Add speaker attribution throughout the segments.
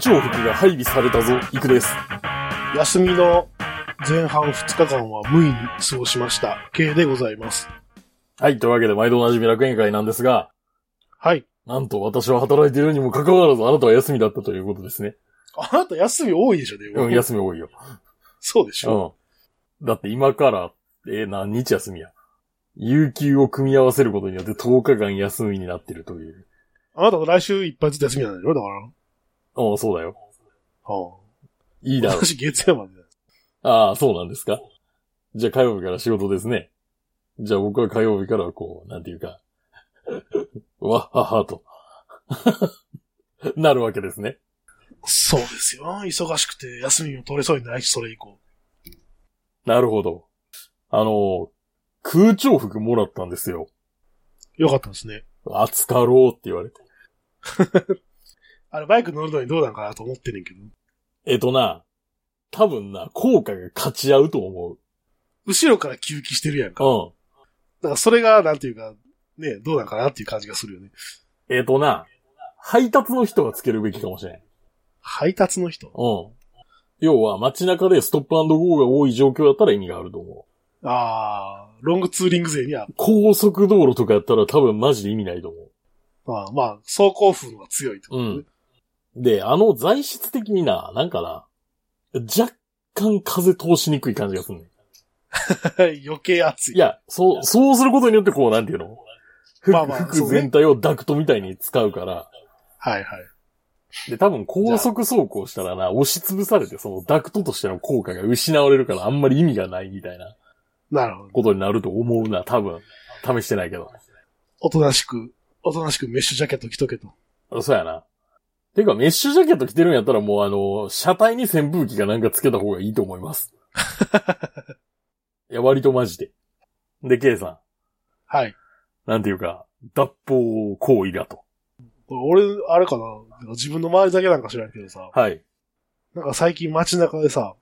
Speaker 1: 重複が配備されたぞ、行くです。
Speaker 2: 休みの前半2日間は無意に過ごしました。系でございます。
Speaker 1: はい、というわけで、毎度おなじみ楽園会なんですが、
Speaker 2: はい。
Speaker 1: なんと私は働いているにもかかわらず、あなたは休みだったということですね。
Speaker 2: あなた休み多いでしょ、で
Speaker 1: うん、休み多いよ。
Speaker 2: そうでしょ。
Speaker 1: うん。だって今から、えー何日休みや。有給を組み合わせることによって10日間休みになってるという。
Speaker 2: あなた来週いっぱいずっと休みなんだよ、だから。
Speaker 1: うん、そうだよ。
Speaker 2: は
Speaker 1: い
Speaker 2: いあ、
Speaker 1: だろう。
Speaker 2: 私月曜までだよ。
Speaker 1: ああ、そうなんですかじゃあ火曜日から仕事ですね。じゃあ僕は火曜日からこう、なんていうか、 わっはっはと、 なるわけですね。
Speaker 2: そうですよ。忙しくて休みも取れそうにないし、それ以降。
Speaker 1: なるほど。あの、空調服もらったんですよ。
Speaker 2: よかったですね。
Speaker 1: 暑かろうって言われて。
Speaker 2: あれ、バイク乗るのにどうなんかなと思ってんねんけど。
Speaker 1: えっとな、多分な、効果が勝ち合うと思う。
Speaker 2: 後ろから吸気してるやんか。だ
Speaker 1: うん。
Speaker 2: からそれが、なんていうか、ね、どうなんかなっていう感じがするよね。
Speaker 1: えっ、とな、配達の人がつけるべきかもしれん。
Speaker 2: 配達の人。
Speaker 1: うん。要は街中でストップゴーが多い状況だったら意味があると思う。
Speaker 2: ああ、ロングツーリング勢には、
Speaker 1: 高速道路とかやったら多分マジで意味ないと思
Speaker 2: まあまあ、走行風のが強いってことね。
Speaker 1: うんう。で、あの材質的にな、なんかな、若干風通しにくい感じがするねん。
Speaker 2: 余計暑い。
Speaker 1: いや、そう、そうすることによってこう、なんていうの服
Speaker 2: まあまあそう
Speaker 1: 服
Speaker 2: ね
Speaker 1: 全体をダクトみたいに使うから、
Speaker 2: はいはい。
Speaker 1: で、多分高速走行したらな、押し潰されて、そのダクトとしての効果が失われるからあんまり意味がないみたいな。
Speaker 2: なるほど。
Speaker 1: ことになると思うな、多分。試してないけど。
Speaker 2: おとなしく、おとなしくメッシュジャケット着とけと。
Speaker 1: そうやな。てか、メッシュジャケット着てるんやったらもうあの、車体に扇風機かなんかつけた方がいいと思います。 いや、割とマジで。で、K さ
Speaker 2: はい。
Speaker 1: ん。なんていうか、脱法行為だと。
Speaker 2: 俺、あれかな自分の周りだけなんか知らんけどさ、
Speaker 1: はい。
Speaker 2: なんか最近街中でさ、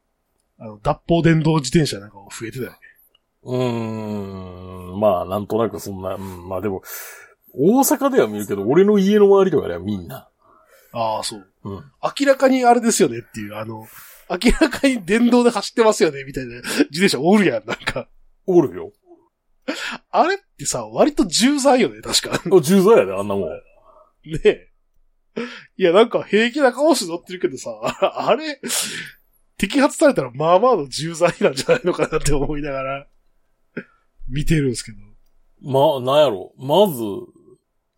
Speaker 2: あの、脱法電動自転車なんか増えてたよね。
Speaker 1: うーん、まあ、なんとなくそんな、うん、まあでも、大阪では見るけど、俺の家の周りとかではみんな。
Speaker 2: ああ、そう。
Speaker 1: うん。
Speaker 2: 明らかにあれですよねっていう、あの、明らかに電動で走ってますよねみたいな自転車おるやん、なんか。
Speaker 1: おる よ。
Speaker 2: あれってさ、割と重罪よね、確か。
Speaker 1: あ、重罪やで、あんなもん。
Speaker 2: ねえ。いや、なんか平気な顔して乗ってるけどさ、 あれ、摘発されたらまあまあの重罪なんじゃないのかなって思いながら、見てるんですけど。
Speaker 1: まあ、なんやろ。まず、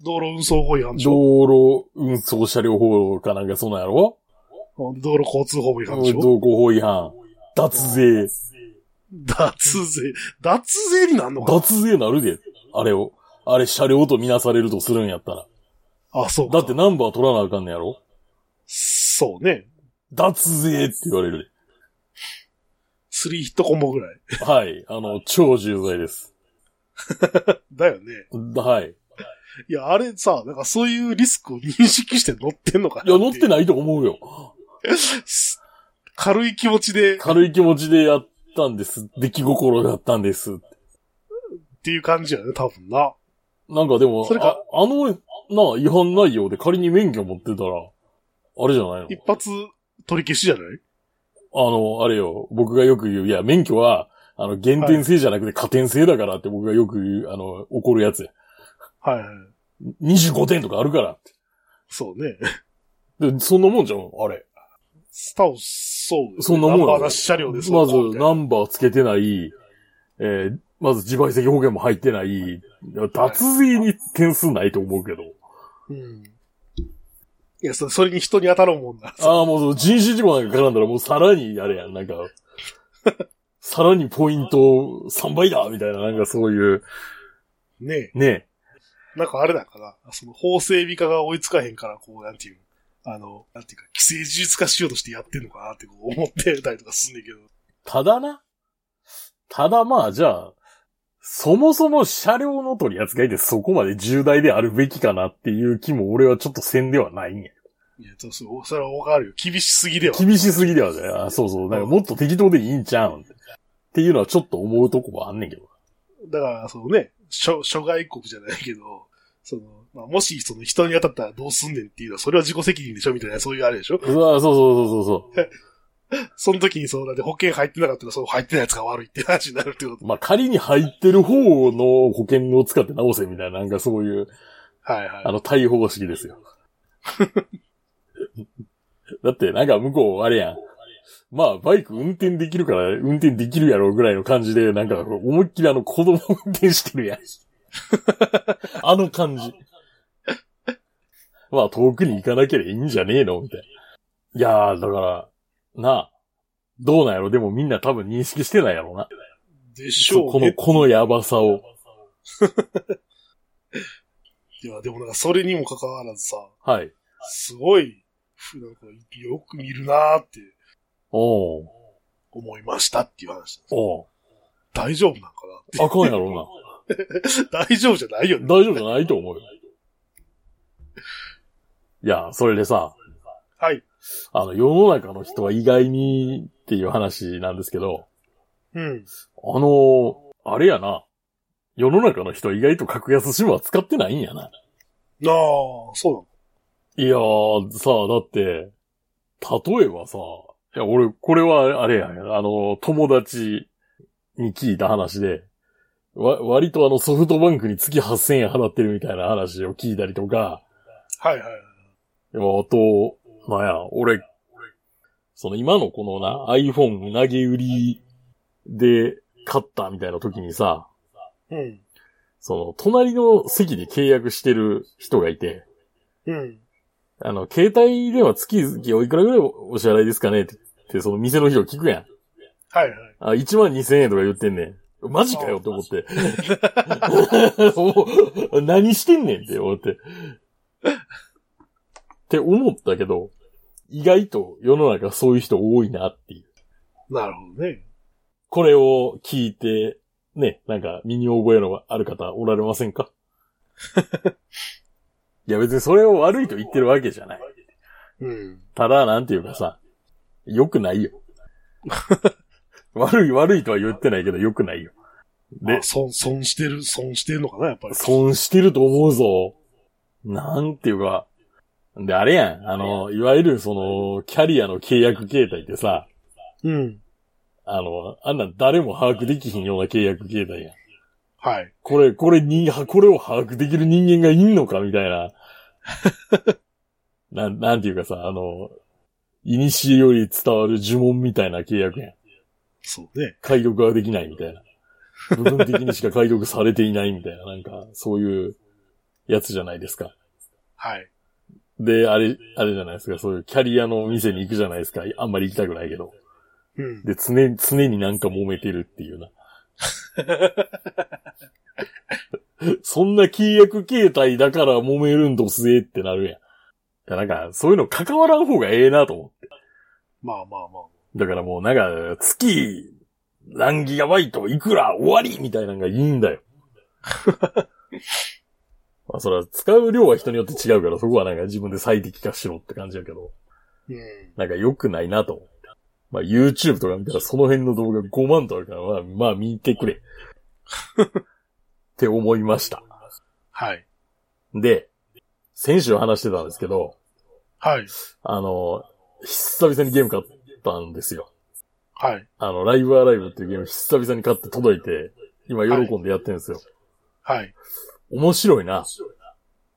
Speaker 2: 道路運送法違反でしょ
Speaker 1: 道路運送車両法かなんかそんなんやろ
Speaker 2: 道路交通法違反でしょ
Speaker 1: 道交法違反。脱税。
Speaker 2: 脱税。脱税になんのか
Speaker 1: 脱税なるで。あれを。あれ車両とみなされるとするんやったら。
Speaker 2: あ、そうか。
Speaker 1: だってナンバー取らなあかんねやろ
Speaker 2: そうね。
Speaker 1: 脱税って言われる
Speaker 2: スリーヒットコンボぐらい。
Speaker 1: で。はい。あの、超重罪です。
Speaker 2: だよね。
Speaker 1: はい。
Speaker 2: いや、あれさ、なんかそういうリスクを認識して乗ってんのか
Speaker 1: いや、乗って
Speaker 2: い。
Speaker 1: ないと思うよ。
Speaker 2: 軽い気持ちで、っ
Speaker 1: 軽い気持ちでやったんです。出来心だったんです。
Speaker 2: ていう感じやね、多分な。
Speaker 1: なんかでも、
Speaker 2: それか
Speaker 1: ああの、な、違反内容で仮に免許持ってたら、あれじゃないの
Speaker 2: 一発取り消しじゃない
Speaker 1: あの、あれよ、僕がよく言う、いや、免許は、あの、減点制じゃなくて加点制だからって僕がよく言う、あの、怒るやつや。
Speaker 2: はいはい。
Speaker 1: 25点とかあるからっ
Speaker 2: そうね。
Speaker 1: て。で、そんなもんじゃん、あれ。
Speaker 2: スタウそうです
Speaker 1: そ
Speaker 2: ね、
Speaker 1: んなもんやろ
Speaker 2: ナンバーなし車両でそう
Speaker 1: ま
Speaker 2: か
Speaker 1: ず、ナンバーつけてない、えーまず自賠責保険も入ってない、脱税に点数ないと思うけど。
Speaker 2: うん。いや、そそれに人に当たろうもんな。
Speaker 1: ああ、もうその人身事故なんか絡んだらもうさらに、あれやん、 なんか、さらにポイント3倍だみたいな、なんかそういう、
Speaker 2: ねえ。
Speaker 1: ね。
Speaker 2: なんかあれだから、その法整備化が追いつかへんから、こう、なんていう、あの、なんていうか、規制事実化しようとしてやってんのかなってこう思ってたりとかすんねんけど。
Speaker 1: ただな。ただまあ、じゃあ、そもそも車両の取り扱いってそこまで重大であるべきかなっていう気も俺はちょっとせんではないんや。
Speaker 2: いや、そうそう、それはわかるよ。厳しすぎでは。
Speaker 1: 厳しすぎではね。あそうそう。なんかもっと適当でいいんちゃうんっていうのはちょっと思うとこはあんねんけど。
Speaker 2: だから、そのね、諸諸外国じゃないけど、その、まあ、もし、その人に当たったらどうすんねんっていうのは、それは自己責任でしょみたいな、そういうあれでしょ
Speaker 1: うわそうそうそうそうそ
Speaker 2: その時にそう、だって保険入ってなかったら、そう入ってないやつが悪いって話になるってこと。
Speaker 1: う。まあ、仮に入ってる方の保険を使って直せみたいな、なんかそういう、
Speaker 2: はいはい。
Speaker 1: あの、対方式ですよ。だって、なんか向こう、あれやん。まあ、バイク運転できるから、運転できるやろうぐらいの感じで、なんか、思いっきりあの、子供運転してるやん。あの感じ。まあ、遠くに行かなきゃいいんじゃねえのみたいな。いやー、だから、なあ、どうなんやろでもみんな多分認識してないやろな。
Speaker 2: でしょ
Speaker 1: こ
Speaker 2: う
Speaker 1: の、
Speaker 2: ね。
Speaker 1: このやばさを。
Speaker 2: いや、でもなんか、それにもかかわらずさ、
Speaker 1: はい。
Speaker 2: すごい、ふなんか、よく見るなーって
Speaker 1: おう
Speaker 2: 思いましたっていう話。
Speaker 1: おう
Speaker 2: 大丈夫なんか
Speaker 1: あかんやろな。
Speaker 2: な 大丈夫じゃないよね。
Speaker 1: 大丈夫じゃないと思うよ。いや、それでさ、
Speaker 2: はい。
Speaker 1: あの、世の中の人は意外にっていう話なんですけど、
Speaker 2: うん。
Speaker 1: あの、あれやな、世の中の人は意外と格安 SIM は使ってないんやな。
Speaker 2: なあ、そうな
Speaker 1: い
Speaker 2: の。
Speaker 1: やー、さあ、だって、例えばさ、いや、俺、これはあれや、あの、友達に聞いた話で、わ、割とあの、ソフトバンクに月8000円払ってるみたいな話を聞いたりとか、
Speaker 2: はいはいはい。
Speaker 1: でも、あと、なんや、俺、その今のこのな、iPhone 投げ売りで買ったみたいな時にさ、
Speaker 2: うん。
Speaker 1: その隣の席で契約してる人がいて、
Speaker 2: うん。
Speaker 1: あの、携帯では月々おいくらぐらいお支払いですかねって、ってその店の人聞くやん。
Speaker 2: はいはい。
Speaker 1: あ、1万2000円とか言ってんねん。マジかよって思って。お 何してんねんって思って。って思ったけど、意外と世の中そういう人多いなっていう。
Speaker 2: なるほどね。
Speaker 1: これを聞いて、ね、なんか身に覚えのある方おられませんかいや別にそれを悪いと言ってるわけじゃない。
Speaker 2: うん。
Speaker 1: ただ、なんていうかさ、良くないよ。悪い悪いとは言ってないけど良くないよ。
Speaker 2: で、
Speaker 1: で
Speaker 2: あ、、損、損してる、損してるのかな、やっぱり。
Speaker 1: 損してると思うぞ。なんていうか。で、あれやん。あの、いわゆるその、キャリアの契約形態ってさ、
Speaker 2: うん。
Speaker 1: あの、あんなん誰も把握できひんような契約形態やん。
Speaker 2: はい。
Speaker 1: これ、これに、これを把握できる人間がいんのかみたいな。 なん、なんていうかさ、あの、いにしえより伝わる呪文みたいな契約やん。
Speaker 2: そうね。
Speaker 1: 解読ができないみたいな。部分的にしか解読されていないみたいな、なんか、そういうやつじゃないですか。
Speaker 2: はい。
Speaker 1: で、あれ、あれじゃないですか、そういうキャリアのお店に行くじゃないですか。あんまり行きたくないけど。
Speaker 2: うん。
Speaker 1: で、常に、常になんか揉めてるっていうな。そんな契約形態だから揉めるんどすえってなるやん。いや、なんか、そういうの関わらん方がええなと思って。
Speaker 2: まあまあまあ。
Speaker 1: だからもうなんか、月、何ギガバイトいくら終わりみたいなのがいいんだよ。まあ、それは使う量は人によって違うから、そこはなんか自分で最適化しろって感じやけど。
Speaker 2: うん。
Speaker 1: なんか良くないなと思う。まあ YouTube とか見たらその辺の動画5万とあるから、まあ、まあ見てくれ。って思いました。
Speaker 2: はい。
Speaker 1: で、先週話してたんですけど、
Speaker 2: はい。
Speaker 1: あの、久々にゲーム買ったんですよ。
Speaker 2: はい。
Speaker 1: あの、ライブアライブっていうゲーム久々に買って届いて、今喜んでやってるんですよ。
Speaker 2: はい。
Speaker 1: 面白いな。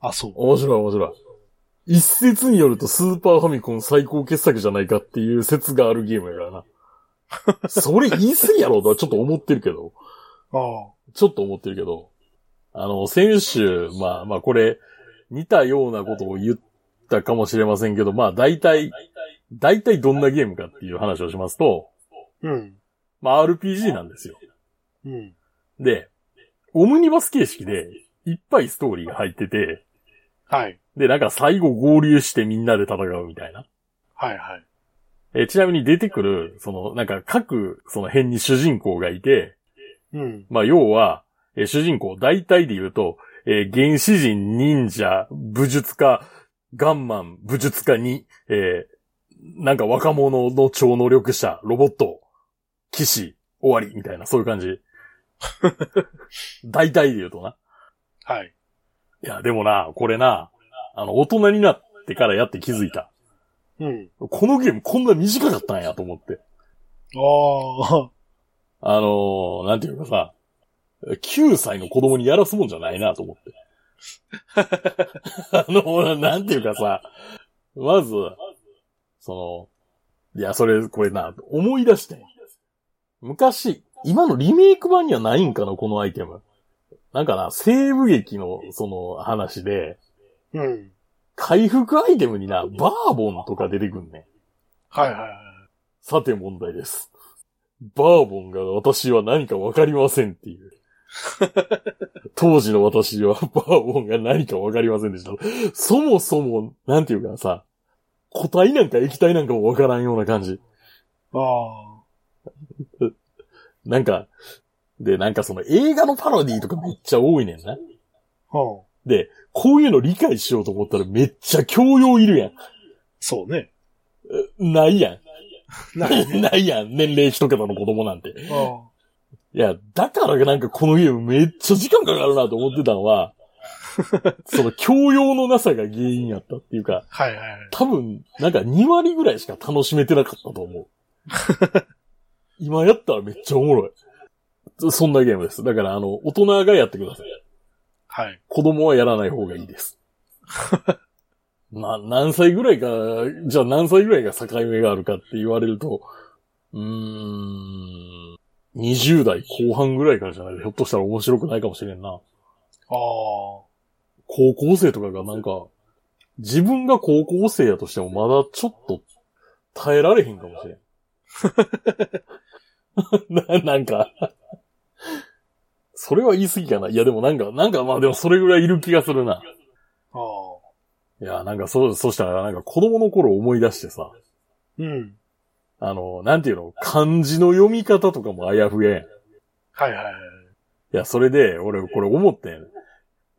Speaker 2: あ、そう。
Speaker 1: 面白い面白い。一説によるとスーパーファミコン最高傑作じゃないかっていう説があるゲームやからな。それ言い過ぎやろとはちょっと思ってるけど。
Speaker 2: あ
Speaker 1: ちょっと思ってるけど、あの、先週、まあまあこれ、似たようなことを言ったかもしれませんけど、まあ大体、大体どんなゲームかっていう話をしますと、
Speaker 2: あ。うん。
Speaker 1: まあ RPG なんですよ。
Speaker 2: うん。
Speaker 1: で、オムニバス形式で、いっぱいストーリーが入ってて、
Speaker 2: はい。
Speaker 1: で、なんか最後合流してみんなで戦うみたいな。
Speaker 2: はいはい。
Speaker 1: えちなみに出てくる、その、なんか各、その辺に主人公がいて、
Speaker 2: うん。
Speaker 1: まあ、要は、えー主人公、大体で言うと、えー原始人、忍者、武術家、ガンマン、武術家に、えーなんか若者の超能力者、ロボット、騎士、終わり、みたいな、そういう感じ。大体で言うとな。
Speaker 2: はい。
Speaker 1: いや、でもな、これな、あの、大人になってからやって気づいた。
Speaker 2: うん。
Speaker 1: このゲームこんな短かったんやと思って。
Speaker 2: ああ、
Speaker 1: あのー、なんていうかさ、9歳の子供にやらすもんじゃないなと思って。あの、なんていうかさ、まず、その、いや、それ、これな、思い出して。昔、今のリメイク版にはないんかな、このアイテム。なんかな、西部劇の、その、話で、
Speaker 2: うん。
Speaker 1: 回復アイテムにな、バーボンとか出てくんねん。
Speaker 2: はいはいはい。
Speaker 1: さて問題です。バーボンが私は何かわかりませんっていう。当時の私は バーボンが何かわかりませんでした。そもそも、なんていうかさ、固体なんか液体なんかもわからんような感じ。
Speaker 2: あ
Speaker 1: なんか、で、なんかその映画のパロディーとかめっちゃ多いねんな。
Speaker 2: あ、うん。
Speaker 1: で、こういうの理解しようと思ったらめっちゃ教養いるやん。
Speaker 2: そうね。
Speaker 1: ないやん。
Speaker 2: ない ね。
Speaker 1: ないやん。 年齢一桁の子供なんて。
Speaker 2: あ
Speaker 1: いや、だからなんかこのゲームめっちゃ時間かかるなと思ってたのは、その教養のなさが原因やったっていうか、
Speaker 2: あ、はいはいはい。
Speaker 1: 多分なんか2割ぐらいしか楽しめてなかったと思う。今やったらめっちゃおもろい。そそんなゲームです。だからあの、大人がやってください。
Speaker 2: はい。
Speaker 1: 子供はやらない方がいいです。 な、何歳ぐらいか、じゃあ何歳ぐらいが境目があるかって言われると、うーん、20代後半ぐらいからじゃないとひょっとしたら面白くないかもしれんな。
Speaker 2: ああ、
Speaker 1: 高校生とかがなんか、自分が高校生やとしてもまだちょっと耐えられへんかもしれん。な なんか、それは言い過ぎかな。いやでもなんか、なんかまあでもそれぐらいいる気がするな。
Speaker 2: ああ。
Speaker 1: いや、なんかそう、そうしたらなんか子供の頃を思い出してさ、
Speaker 2: うん。
Speaker 1: あの、なんていうの、漢字の読み方とかもあやふえ。
Speaker 2: はいはいはい。
Speaker 1: いや、それで、俺、これ思ってん。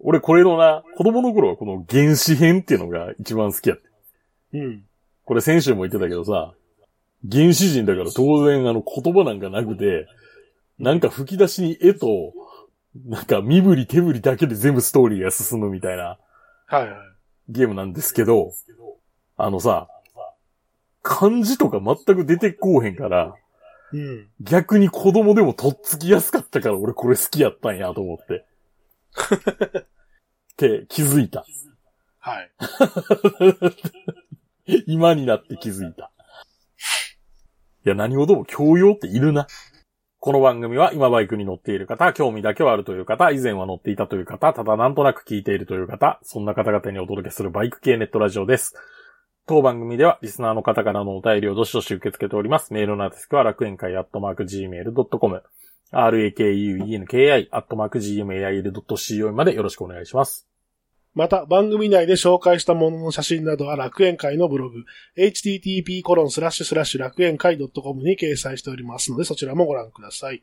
Speaker 1: 俺、これのな、子供の頃はこの原始編っていうのが一番好きやった。
Speaker 2: うん。
Speaker 1: これ先週も言ってたけどさ、原始人だから当然あの言葉なんかなくて、なんか吹き出しに絵と、なんか身振り手振りだけで全部ストーリーが進むみたいな
Speaker 2: はいはい。
Speaker 1: ゲームなんですけど、あのさ、漢字とか全く出てこうへんから、
Speaker 2: うん。
Speaker 1: 逆に子供でもとっつきやすかったから俺これ好きやったんやと思って。って気づいた。
Speaker 2: はい。
Speaker 1: 今になって気づいた。いや、何事も教養っているな。この番組は今バイクに乗っている方、興味だけはあるという方、以前は乗っていたという方、ただなんとなく聞いているという方、そんな方々にお届けするバイク系ネットラジオです。当番組ではリスナーの方からのお便りをどしどし受け付けております。メールの宛先は楽園会アットマーク gmail.com、rakuenki アットマーク gmail.com までよろしくお願いします。
Speaker 2: また、番組内で紹介したものの写真などは楽園会のブログ、http コロンスラッシュスラッシュ楽園会 .com に掲載しておりますので、そちらもご覧ください。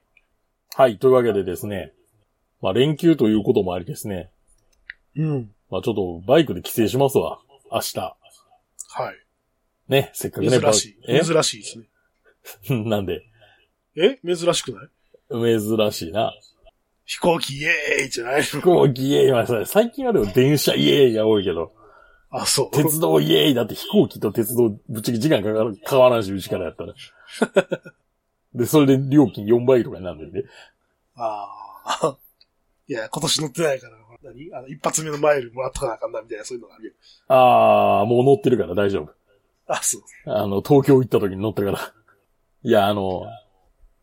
Speaker 1: はい、というわけでですね、まあ連休ということもありですね、
Speaker 2: うん。
Speaker 1: まあちょっとバイクで帰省しますわ。明日。
Speaker 2: はい。
Speaker 1: ね、せっかくね。
Speaker 2: 珍し
Speaker 1: バイ
Speaker 2: い。珍しいですね。
Speaker 1: え なんで、
Speaker 2: え珍しくない
Speaker 1: 珍しいな。
Speaker 2: 飛行機イエーイじゃない の
Speaker 1: 飛行機イエーイはさ、最近はでも電車イエーイが多いけど、
Speaker 2: あ、そう。
Speaker 1: 鉄道イエーイだって飛行機と鉄道ぶっちゃけ時間かかる、変わらんし、うちからやったら。 で、それで料金4倍とかになるんでね。
Speaker 2: ああ。 いや、今年乗ってないから、何あの、一発目のマイルもらっとかなあかんな、みたいな、そういうのがあるよ。
Speaker 1: あー、もう乗ってるから大丈夫。
Speaker 2: あ、そう。
Speaker 1: あの、東京行った時に乗ったから。いや、あの、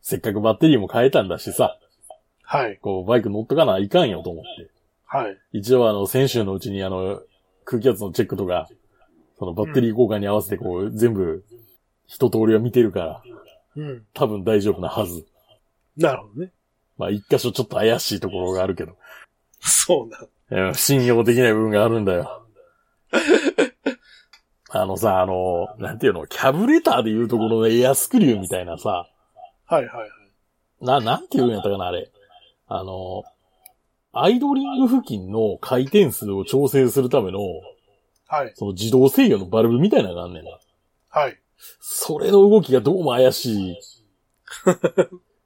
Speaker 1: せっかくバッテリーも変えたんだしさ、
Speaker 2: はい。
Speaker 1: こう、バイク乗っとかないかんよと思って。
Speaker 2: はい。
Speaker 1: 一応あの、先週のうちにあの、空気圧のチェックとか、そのバッテリー交換に合わせてこう、全部、一通りは見てるから、
Speaker 2: うん。
Speaker 1: 多分大丈夫なはず。
Speaker 2: なるほどね。
Speaker 1: まあ、一箇所ちょっと怪しいところがあるけど。
Speaker 2: そうな。
Speaker 1: えー信用できない部分があるんだよ。あのさ、あの、なんていうの、キャブレターで言うところのエアスクリューみたいなさ、
Speaker 2: はいはいはい。
Speaker 1: な、なんていうんやったかな、あれ。あの、アイドリング付近の回転数を調整するための、
Speaker 2: はい。
Speaker 1: その自動制御のバルブみたいなのがあんねんな。
Speaker 2: はい。
Speaker 1: それの動きがどうも怪しい。い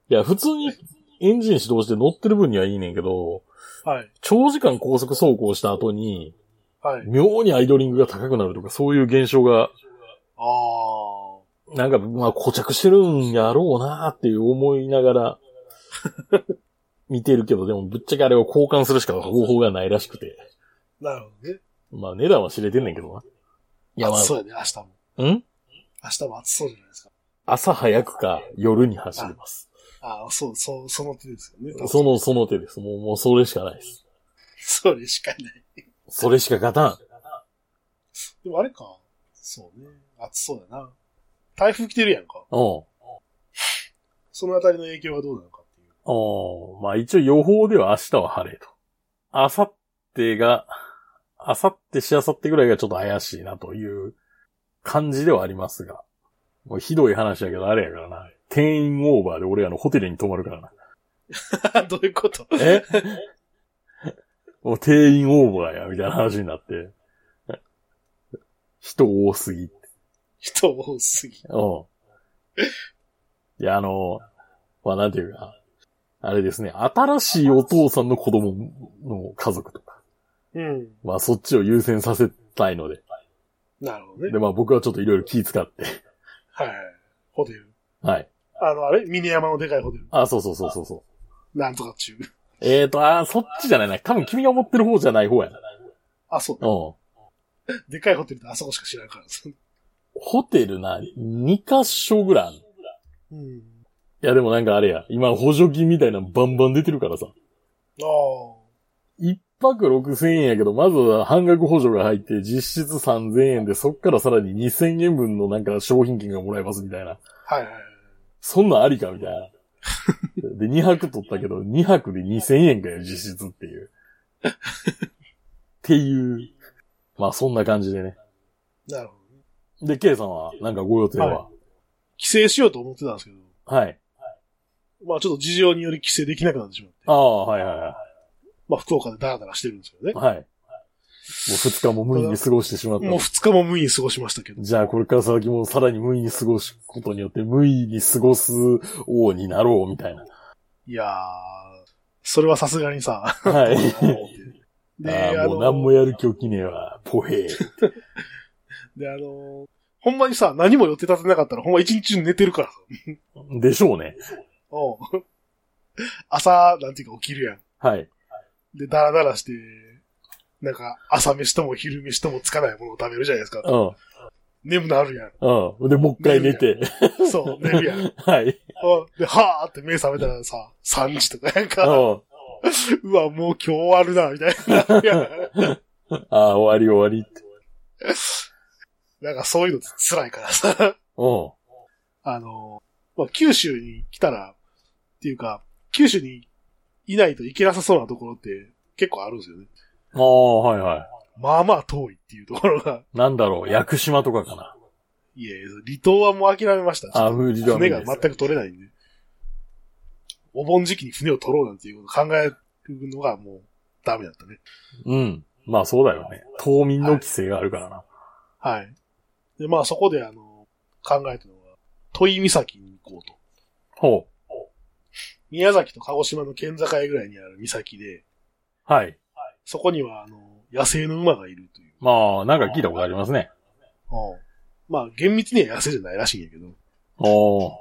Speaker 1: や、普通にエンジン始動して乗ってる分にはいいねんけど、
Speaker 2: はい。
Speaker 1: 長時間高速走行した後に、
Speaker 2: はい。
Speaker 1: 妙にアイドリングが高くなるとか、そういう現象が、
Speaker 2: ああ。
Speaker 1: なんか、まあ、固着してるんやろうなっていう思いながら、見てるけど、でもぶっちゃけあれを交換するしか方法がないらしくて。
Speaker 2: なるほどね。
Speaker 1: まあ、値段は知れてんねんけどな。いや、ま
Speaker 2: 暑そう
Speaker 1: あ、
Speaker 2: やね、明日も。
Speaker 1: ん
Speaker 2: 明日も暑そうじゃないですか。
Speaker 1: 朝早くか夜に走ります。
Speaker 2: ああ、そう、そう、その手ですよね。
Speaker 1: その、その手です。もう、もうそれしかないです。
Speaker 2: それしかない。
Speaker 1: それしか勝たん。
Speaker 2: でもあれか。そうね。暑そうだな。台風来てるやんか。
Speaker 1: うん。
Speaker 2: そのあたりの影響がどうなのかっていう。
Speaker 1: うん。まあ一応予報では明日は晴れと。明後日が、明後日し明後日ぐらいがちょっと怪しいなという感じではありますが。もうひどい話やけどあれやからな。定員オーバーで俺あのホテルに泊まるからな。
Speaker 2: どういう こと
Speaker 1: えもう定員オーバーや、みたいな話になって。人多すぎ
Speaker 2: 人多すぎ。
Speaker 1: うん。いや、あの、まあ、なんていうか、あれですね、新しいお父さんの子供の家族とか、
Speaker 2: うん。
Speaker 1: まあ、そっちを優先させたいので、
Speaker 2: なるほどね
Speaker 1: で、。まあ、僕はちょっといろいろ気使って、
Speaker 2: はいはい。ホテル。
Speaker 1: はい。
Speaker 2: あの、あれ峰山のでかいホテル。
Speaker 1: あ、そうそうそうそうそう。
Speaker 2: なんとか中。
Speaker 1: えーと、あー、そっちじゃないな。多分君が思ってる方じゃない方やな。
Speaker 2: あ、そう
Speaker 1: う
Speaker 2: だ。
Speaker 1: ん。
Speaker 2: でかいホテルってあそこしか知らんから。
Speaker 1: ホテルな、2カ所ぐらいあんの。い
Speaker 2: うん。
Speaker 1: や、でもなんかあれや、今補助金みたいなのバンバン出てるからさ。
Speaker 2: ああ。
Speaker 1: 一泊六千円やけど、まずは半額補助が入って、実質三千円で、そっからさらに二千円分のなんか商品券がもらえますみたいな。
Speaker 2: はいはいはい。
Speaker 1: そんなんありかみたいな。で、二泊取ったけど、二泊で二千円かよ、実質っていう。っていう。まあ、そんな感じでね。
Speaker 2: なるほどね。
Speaker 1: で、K さんは、なんかご予定は
Speaker 2: 帰省しようと思ってたんですけど、
Speaker 1: はい。
Speaker 2: まあちょっと事情により帰省できなくなってしまって。
Speaker 1: ああ、はいはいは
Speaker 2: まあ、福岡でダラダラしてるんですけどね
Speaker 1: い。。はい。もう二日も無理に過ごしてしまった
Speaker 2: もう。二日も無意に過ごしましたけど。
Speaker 1: じゃあこれから先もさらに無意に過ごすことによって無意に過ごす王になろうみたい な。
Speaker 2: いやー、それはさすがにさ。
Speaker 1: はい
Speaker 2: で、
Speaker 1: あ
Speaker 2: あ
Speaker 1: あ、もう何も
Speaker 2: の、
Speaker 1: やる気起きねえわ。ポヘ。
Speaker 2: で、あの、ほんまにさ、何も予定立てなかったら、ほんま一日中寝てるからさ。
Speaker 1: でしょうね。
Speaker 2: おう 朝、なんていうか起きるや
Speaker 1: はい。
Speaker 2: ん。で、ダラダラして、なんか、朝飯とも昼飯ともつかないものを食べるじゃないですか。
Speaker 1: うん。
Speaker 2: 眠なるや
Speaker 1: うん。で、もう一回寝て。
Speaker 2: ん。そう、寝るやん。
Speaker 1: はい。
Speaker 2: おうで、はーって目覚めたらさ、3時とかやん
Speaker 1: う
Speaker 2: か。
Speaker 1: ん。
Speaker 2: うわ、もう今日終わるな、みたいな。いや
Speaker 1: ああ、終わり終わりって。
Speaker 2: なんかそういうのって辛いからさ。
Speaker 1: う ん。
Speaker 2: あの、まあ、九州に来たら、っていうか、九州にいないと行けなさそうなところって結構あるんですよね。
Speaker 1: ああ、はいは
Speaker 2: まあまあ遠いっていうところが。
Speaker 1: い。なんだろう、屋久島とかかな。
Speaker 2: いえ、離島はもう諦めました。
Speaker 1: あ無理だ無理
Speaker 2: 船
Speaker 1: で
Speaker 2: が
Speaker 1: す
Speaker 2: 全く取れないんで。お盆時期に船を取ろうなんていうことを考えるのがもうダメだったね。
Speaker 1: うん。まあそうだよね。島民の規制があるからな。
Speaker 2: はい。で、まあそこであの、考えたのが、戸井岬に行こうと。
Speaker 1: ほ
Speaker 2: 宮崎と鹿児島の県境ぐらいにある岬で、
Speaker 1: う。はい。
Speaker 2: そこには、あの、野生の馬がいるという。
Speaker 1: まあ、なんか聞いたことありますね。
Speaker 2: まあ、厳密には野生じゃないらしいんやけど、
Speaker 1: おー。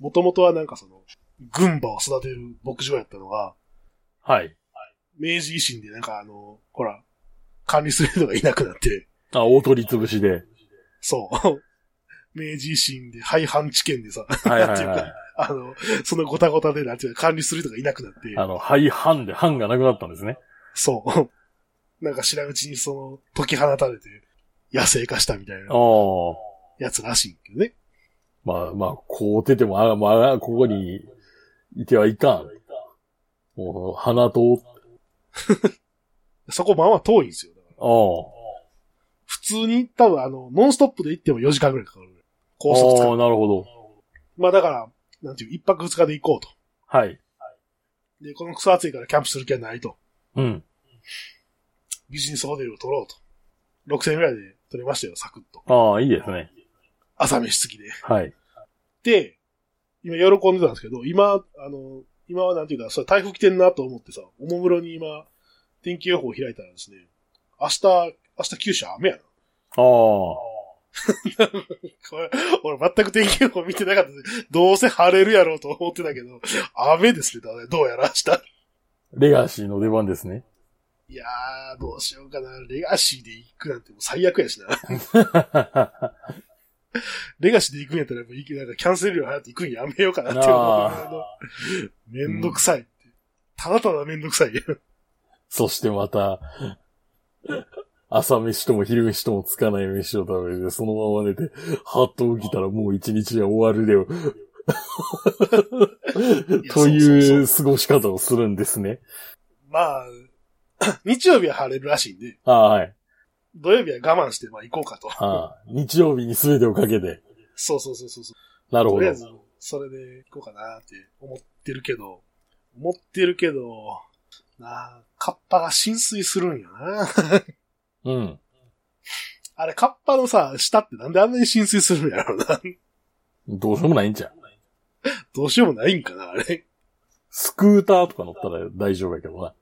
Speaker 2: もともとはなんかその、群馬を育てる牧場やったのが、
Speaker 1: はい。
Speaker 2: 明治維新でなんかあの、ほら、管理する人がいなくなって、
Speaker 1: あ、大取り潰しで。
Speaker 2: そう。 明治維新で廃藩置県でさ、
Speaker 1: はい
Speaker 2: なん
Speaker 1: は
Speaker 2: て
Speaker 1: い
Speaker 2: い
Speaker 1: うはい
Speaker 2: か。、あの、そのごたごたで、なんていうか、管理する人がいなくなって、
Speaker 1: あの、廃藩で藩がなくなったんですね。
Speaker 2: そう。なんか知らんうちにその、解き放たれて、野生化したみたいな。
Speaker 1: ああ。
Speaker 2: やつらしいけどね。
Speaker 1: まあまあ、こう出ても、あまあ、ここにいてはいかん。もう、鼻と、
Speaker 2: そこまあまあ遠いんですよ。だから
Speaker 1: あ
Speaker 2: 普通に多分あの、ノンストップで行っても4時間ぐらいかかる。高速使
Speaker 1: あ。ああ、
Speaker 2: う。
Speaker 1: なるほど。
Speaker 2: まあだから、なんていう、一泊二日で行こうと。
Speaker 1: はい。
Speaker 2: で、このクソ暑いからキャンプする気はないと。
Speaker 1: うん。
Speaker 2: ビジネスホテルを取ろうと。6000円ぐらいで取れましたよ、サクッと。
Speaker 1: ああ、いいですね。
Speaker 2: 朝飯付きで。
Speaker 1: はい。
Speaker 2: で、今喜んでたんですけど、今、あの、今はなんていうか、それ台風来てんなと思ってさ、おもむろに今、天気予報開いたらですね、明日、明日九州雨やな。
Speaker 1: ああ。
Speaker 2: これ 俺全く天気予報見てなかったんで、どうせ晴れるやろうと思ってたけど、雨ですね、だねどうやら明日。
Speaker 1: レガシーの出番ですね。
Speaker 2: いやー、どうしようかな。レガシーで行くなんてもう最悪やしな。
Speaker 1: あ
Speaker 2: レガシーで行くんやったら、もういいけどなんかキャンセル料払って行くんやめようかなって思う けど。めんどくさいって。ただただめんどくさい。
Speaker 1: そしてまた、朝飯とも昼飯ともつかない飯を食べて、そのまま寝て、はっと起きたらもう一日が終わるでよ。と
Speaker 2: やそうそ
Speaker 1: いうう過ごし方をするんですね。
Speaker 2: まあ、 日曜日は晴れるらしいんで、
Speaker 1: ああはい。
Speaker 2: 土曜日は我慢して、まあ行こうかと。
Speaker 1: ああ日曜日に全てをかけて。
Speaker 2: そうそうそうそうそう。
Speaker 1: なる
Speaker 2: と
Speaker 1: ほ
Speaker 2: りあ
Speaker 1: ど
Speaker 2: え。ず、それで行こうかなって思ってるけど、思ってるけど、なあ、カッパが浸水するんやな。
Speaker 1: うん。
Speaker 2: あれ、カッパのさ、下ってなんであんなに浸水するんやろうな。
Speaker 1: どうしようもないんちゃう。
Speaker 2: どうしようもないんかな、あれ。
Speaker 1: スクーターとか乗ったら大丈夫やけどな。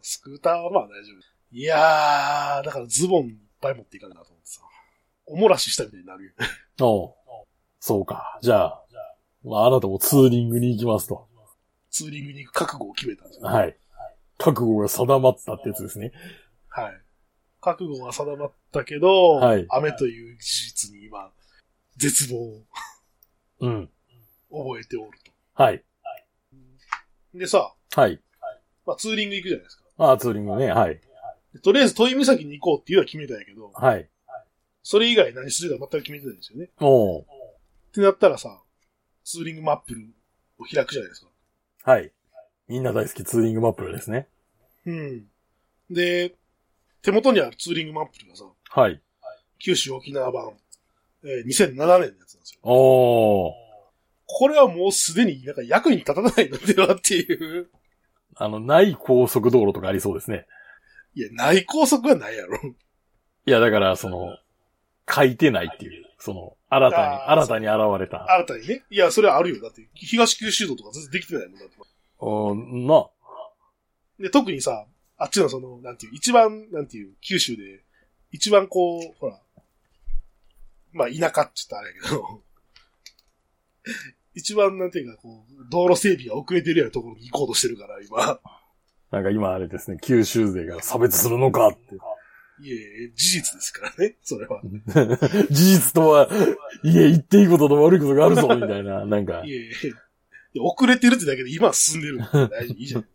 Speaker 2: スクーターはまあ大丈夫。いやー、だからズボンいっぱい持っていかんなと思ってさ。おもらししたみたいになるよ。
Speaker 1: おうそうか。じゃあ、まあ、あなたもツーリングに行きますと。
Speaker 2: ツーリングに行く覚悟を決めたんですよ
Speaker 1: はい。覚悟が定まったってやつですね。
Speaker 2: はい。覚悟は定まったけど、
Speaker 1: はい
Speaker 2: 雨という事実に今、絶望を
Speaker 1: うん。
Speaker 2: 覚えておると。
Speaker 1: はい。
Speaker 2: でさ、
Speaker 1: はい。
Speaker 2: まあ、ツーリング行くじゃないですか。
Speaker 1: ああ、ツーリングね。はい。
Speaker 2: でとりあえず、遠い岬に行こうっていうのは決めたんやけど、
Speaker 1: はい。
Speaker 2: それ以外何するか全く決めてないんですよね。
Speaker 1: おう
Speaker 2: ってなったらさ、ツーリングマップルを開くじゃないですか。
Speaker 1: はい。みんな大好きツーリングマップルですね。
Speaker 2: うん。で、手元にあるツーリングマップルがさ、
Speaker 1: はい。
Speaker 2: 九州沖縄版、えー2007年のやつなんですよ。
Speaker 1: おう
Speaker 2: これはもうすでになんか役に立たないのではっていう。
Speaker 1: あの、ない高速道路とかありそうですね。
Speaker 2: いや、内高速はないやろ。
Speaker 1: いや、だから、その、書いてないっていう。その、新たに、
Speaker 2: あー
Speaker 1: 新たに現れた。
Speaker 2: 新たにね。いや、それはあるよ。だって、東九州道とか全然できてないもんだって。
Speaker 1: おーな。
Speaker 2: で、特にさ、あっちのその、なんていう、一番、なんていう、九州で、一番こう、ほら、まあ、田舎って言ったらあれやけど、 一番、なんていうか、こう、道路整備が遅れてるようなところに行こうとしてるから、今。
Speaker 1: なんか今あれですね、九州勢が差別するのかって。
Speaker 2: いえ、事実ですからね、それは。
Speaker 1: 事実とは、いえ、言っていいことと悪いことがあるぞ、みたいな、なんか
Speaker 2: い。えいや、遅れてるってだけで今は進んでるんだから大丈夫、いいじゃん。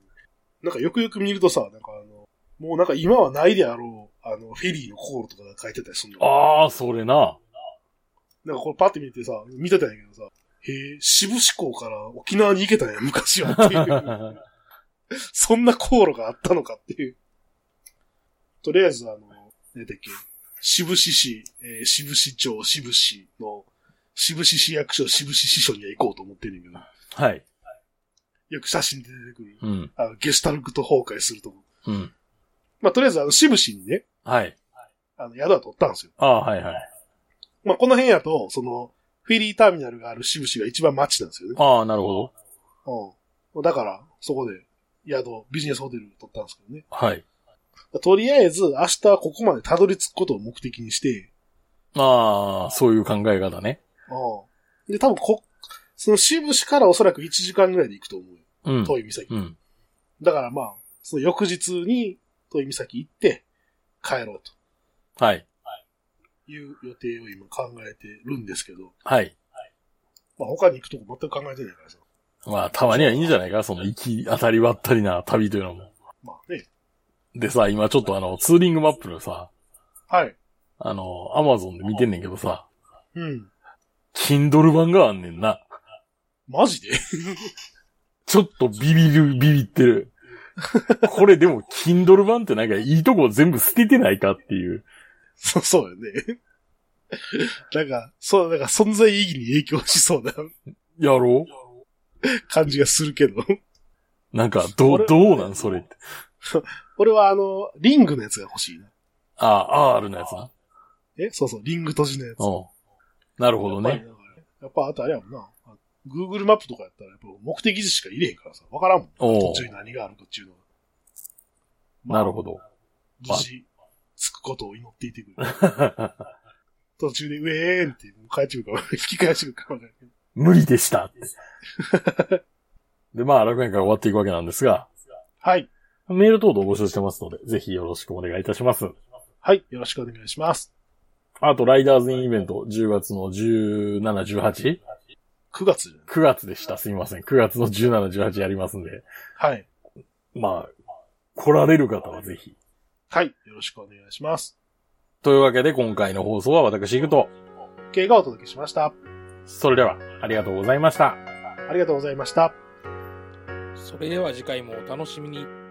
Speaker 2: なんかよくよく見るとさ、なんかあの、もうなんか今はないであろう、あの、フェリーの航路とかが書いてたりするの。
Speaker 1: ああ、それな。
Speaker 2: なんかこれパッて見てさ、見てたんやけどさ、へえ、渋志港から沖縄に行けたんや、昔はっ ていう。そんな航路があったのかっていう。とりあえず、あの、何だっけ、渋志市、えー渋志町、渋志の、渋志市役所、渋志支所には行こうと思ってんねんけど、
Speaker 1: はい。
Speaker 2: よく写真で出てくる、
Speaker 1: うん。
Speaker 2: あの、ゲシュタルクト崩壊するとこ。
Speaker 1: うん。
Speaker 2: まあ、とりあえず、あの、渋志にね、
Speaker 1: はい。
Speaker 2: あの、宿は取ったんですよ。
Speaker 1: ああ、はいはい。
Speaker 2: まあ、この辺やと、その、フェリーターミナルがある渋志が一番街なんですよね。
Speaker 1: ああ、なるほど。
Speaker 2: うん。だから、そこで、宿、ビジネスホテル取ったんですけどね。
Speaker 1: はい。
Speaker 2: とりあえず、明日はここまでたどり着くことを目的にして、
Speaker 1: ああ、そういう考え方ね。
Speaker 2: うん。で、多分こ、その渋市からおそらく1時間ぐらいで行くと思うよ。
Speaker 1: うん。
Speaker 2: 遠い岬。
Speaker 1: うん。
Speaker 2: だからまあ、その翌日に遠い岬行って、帰ろう
Speaker 1: はい。
Speaker 2: という予定を今考えてるんですけど、
Speaker 1: はい。
Speaker 2: まあ他に行くとこ全く考えてないからさ。
Speaker 1: まあ、たまにはいいんじゃないかその、行き当たりばったりな旅というのも。
Speaker 2: まあね。
Speaker 1: でさ、今ちょっとあの、ツーリングマップのさ、
Speaker 2: はい。
Speaker 1: あの、アマゾンで見てんねんけどさ、
Speaker 2: うん。
Speaker 1: Kindle 版があんねんな。
Speaker 2: マジで
Speaker 1: ちょっとビビる、ビビって る。これでも、Kindle 版ってなんかいいとこ全部捨ててないかっていう。
Speaker 2: そ、そうよね。 なんか、そう、なんか存在意義に影響しそうな
Speaker 1: やろ
Speaker 2: 感じがするけど。
Speaker 1: うなんか、ど
Speaker 2: これ
Speaker 1: う、どうなんそれって。
Speaker 2: 俺はあの、リングのやつが欲しいな。
Speaker 1: あ、R のやつな。
Speaker 2: えそうそう、リング閉じのやつ。
Speaker 1: うん。なるほど
Speaker 2: やっぱ
Speaker 1: ね
Speaker 2: り。だから。やっぱあとあれやもんな。あ Google マップとかやったら、やっぱ目的地しか入れへんからさ、わからんもん。
Speaker 1: お
Speaker 2: 途
Speaker 1: う
Speaker 2: 中に何があるかっていうのは。
Speaker 1: なるほど。
Speaker 2: 無事、着くことを祈っていてくれる。 途中で、ウェーンって帰ってくるか、引き返してくるかわかんないけど。
Speaker 1: 無理でした。で、まあ、楽園から終わっていくわけなんですが、
Speaker 2: はい。
Speaker 1: メール等々募集してますので、ぜひよろしくお願いいたします。
Speaker 2: はい。よろしくお願いします。
Speaker 1: あと、ライダーズインイベント、10月の17、18?9
Speaker 2: 9月じゃない
Speaker 1: 月でした。すみません。9月の17、18やりますんで。
Speaker 2: はい。
Speaker 1: まあ、来られる方はぜひ。
Speaker 2: はい。よろしくお願いします。
Speaker 1: というわけで、今回の放送は私行くと。
Speaker 2: 経がお届けしました。
Speaker 1: それでは、ありがとうございました。
Speaker 2: ありがとうございました。
Speaker 3: それでは次回もお楽しみに。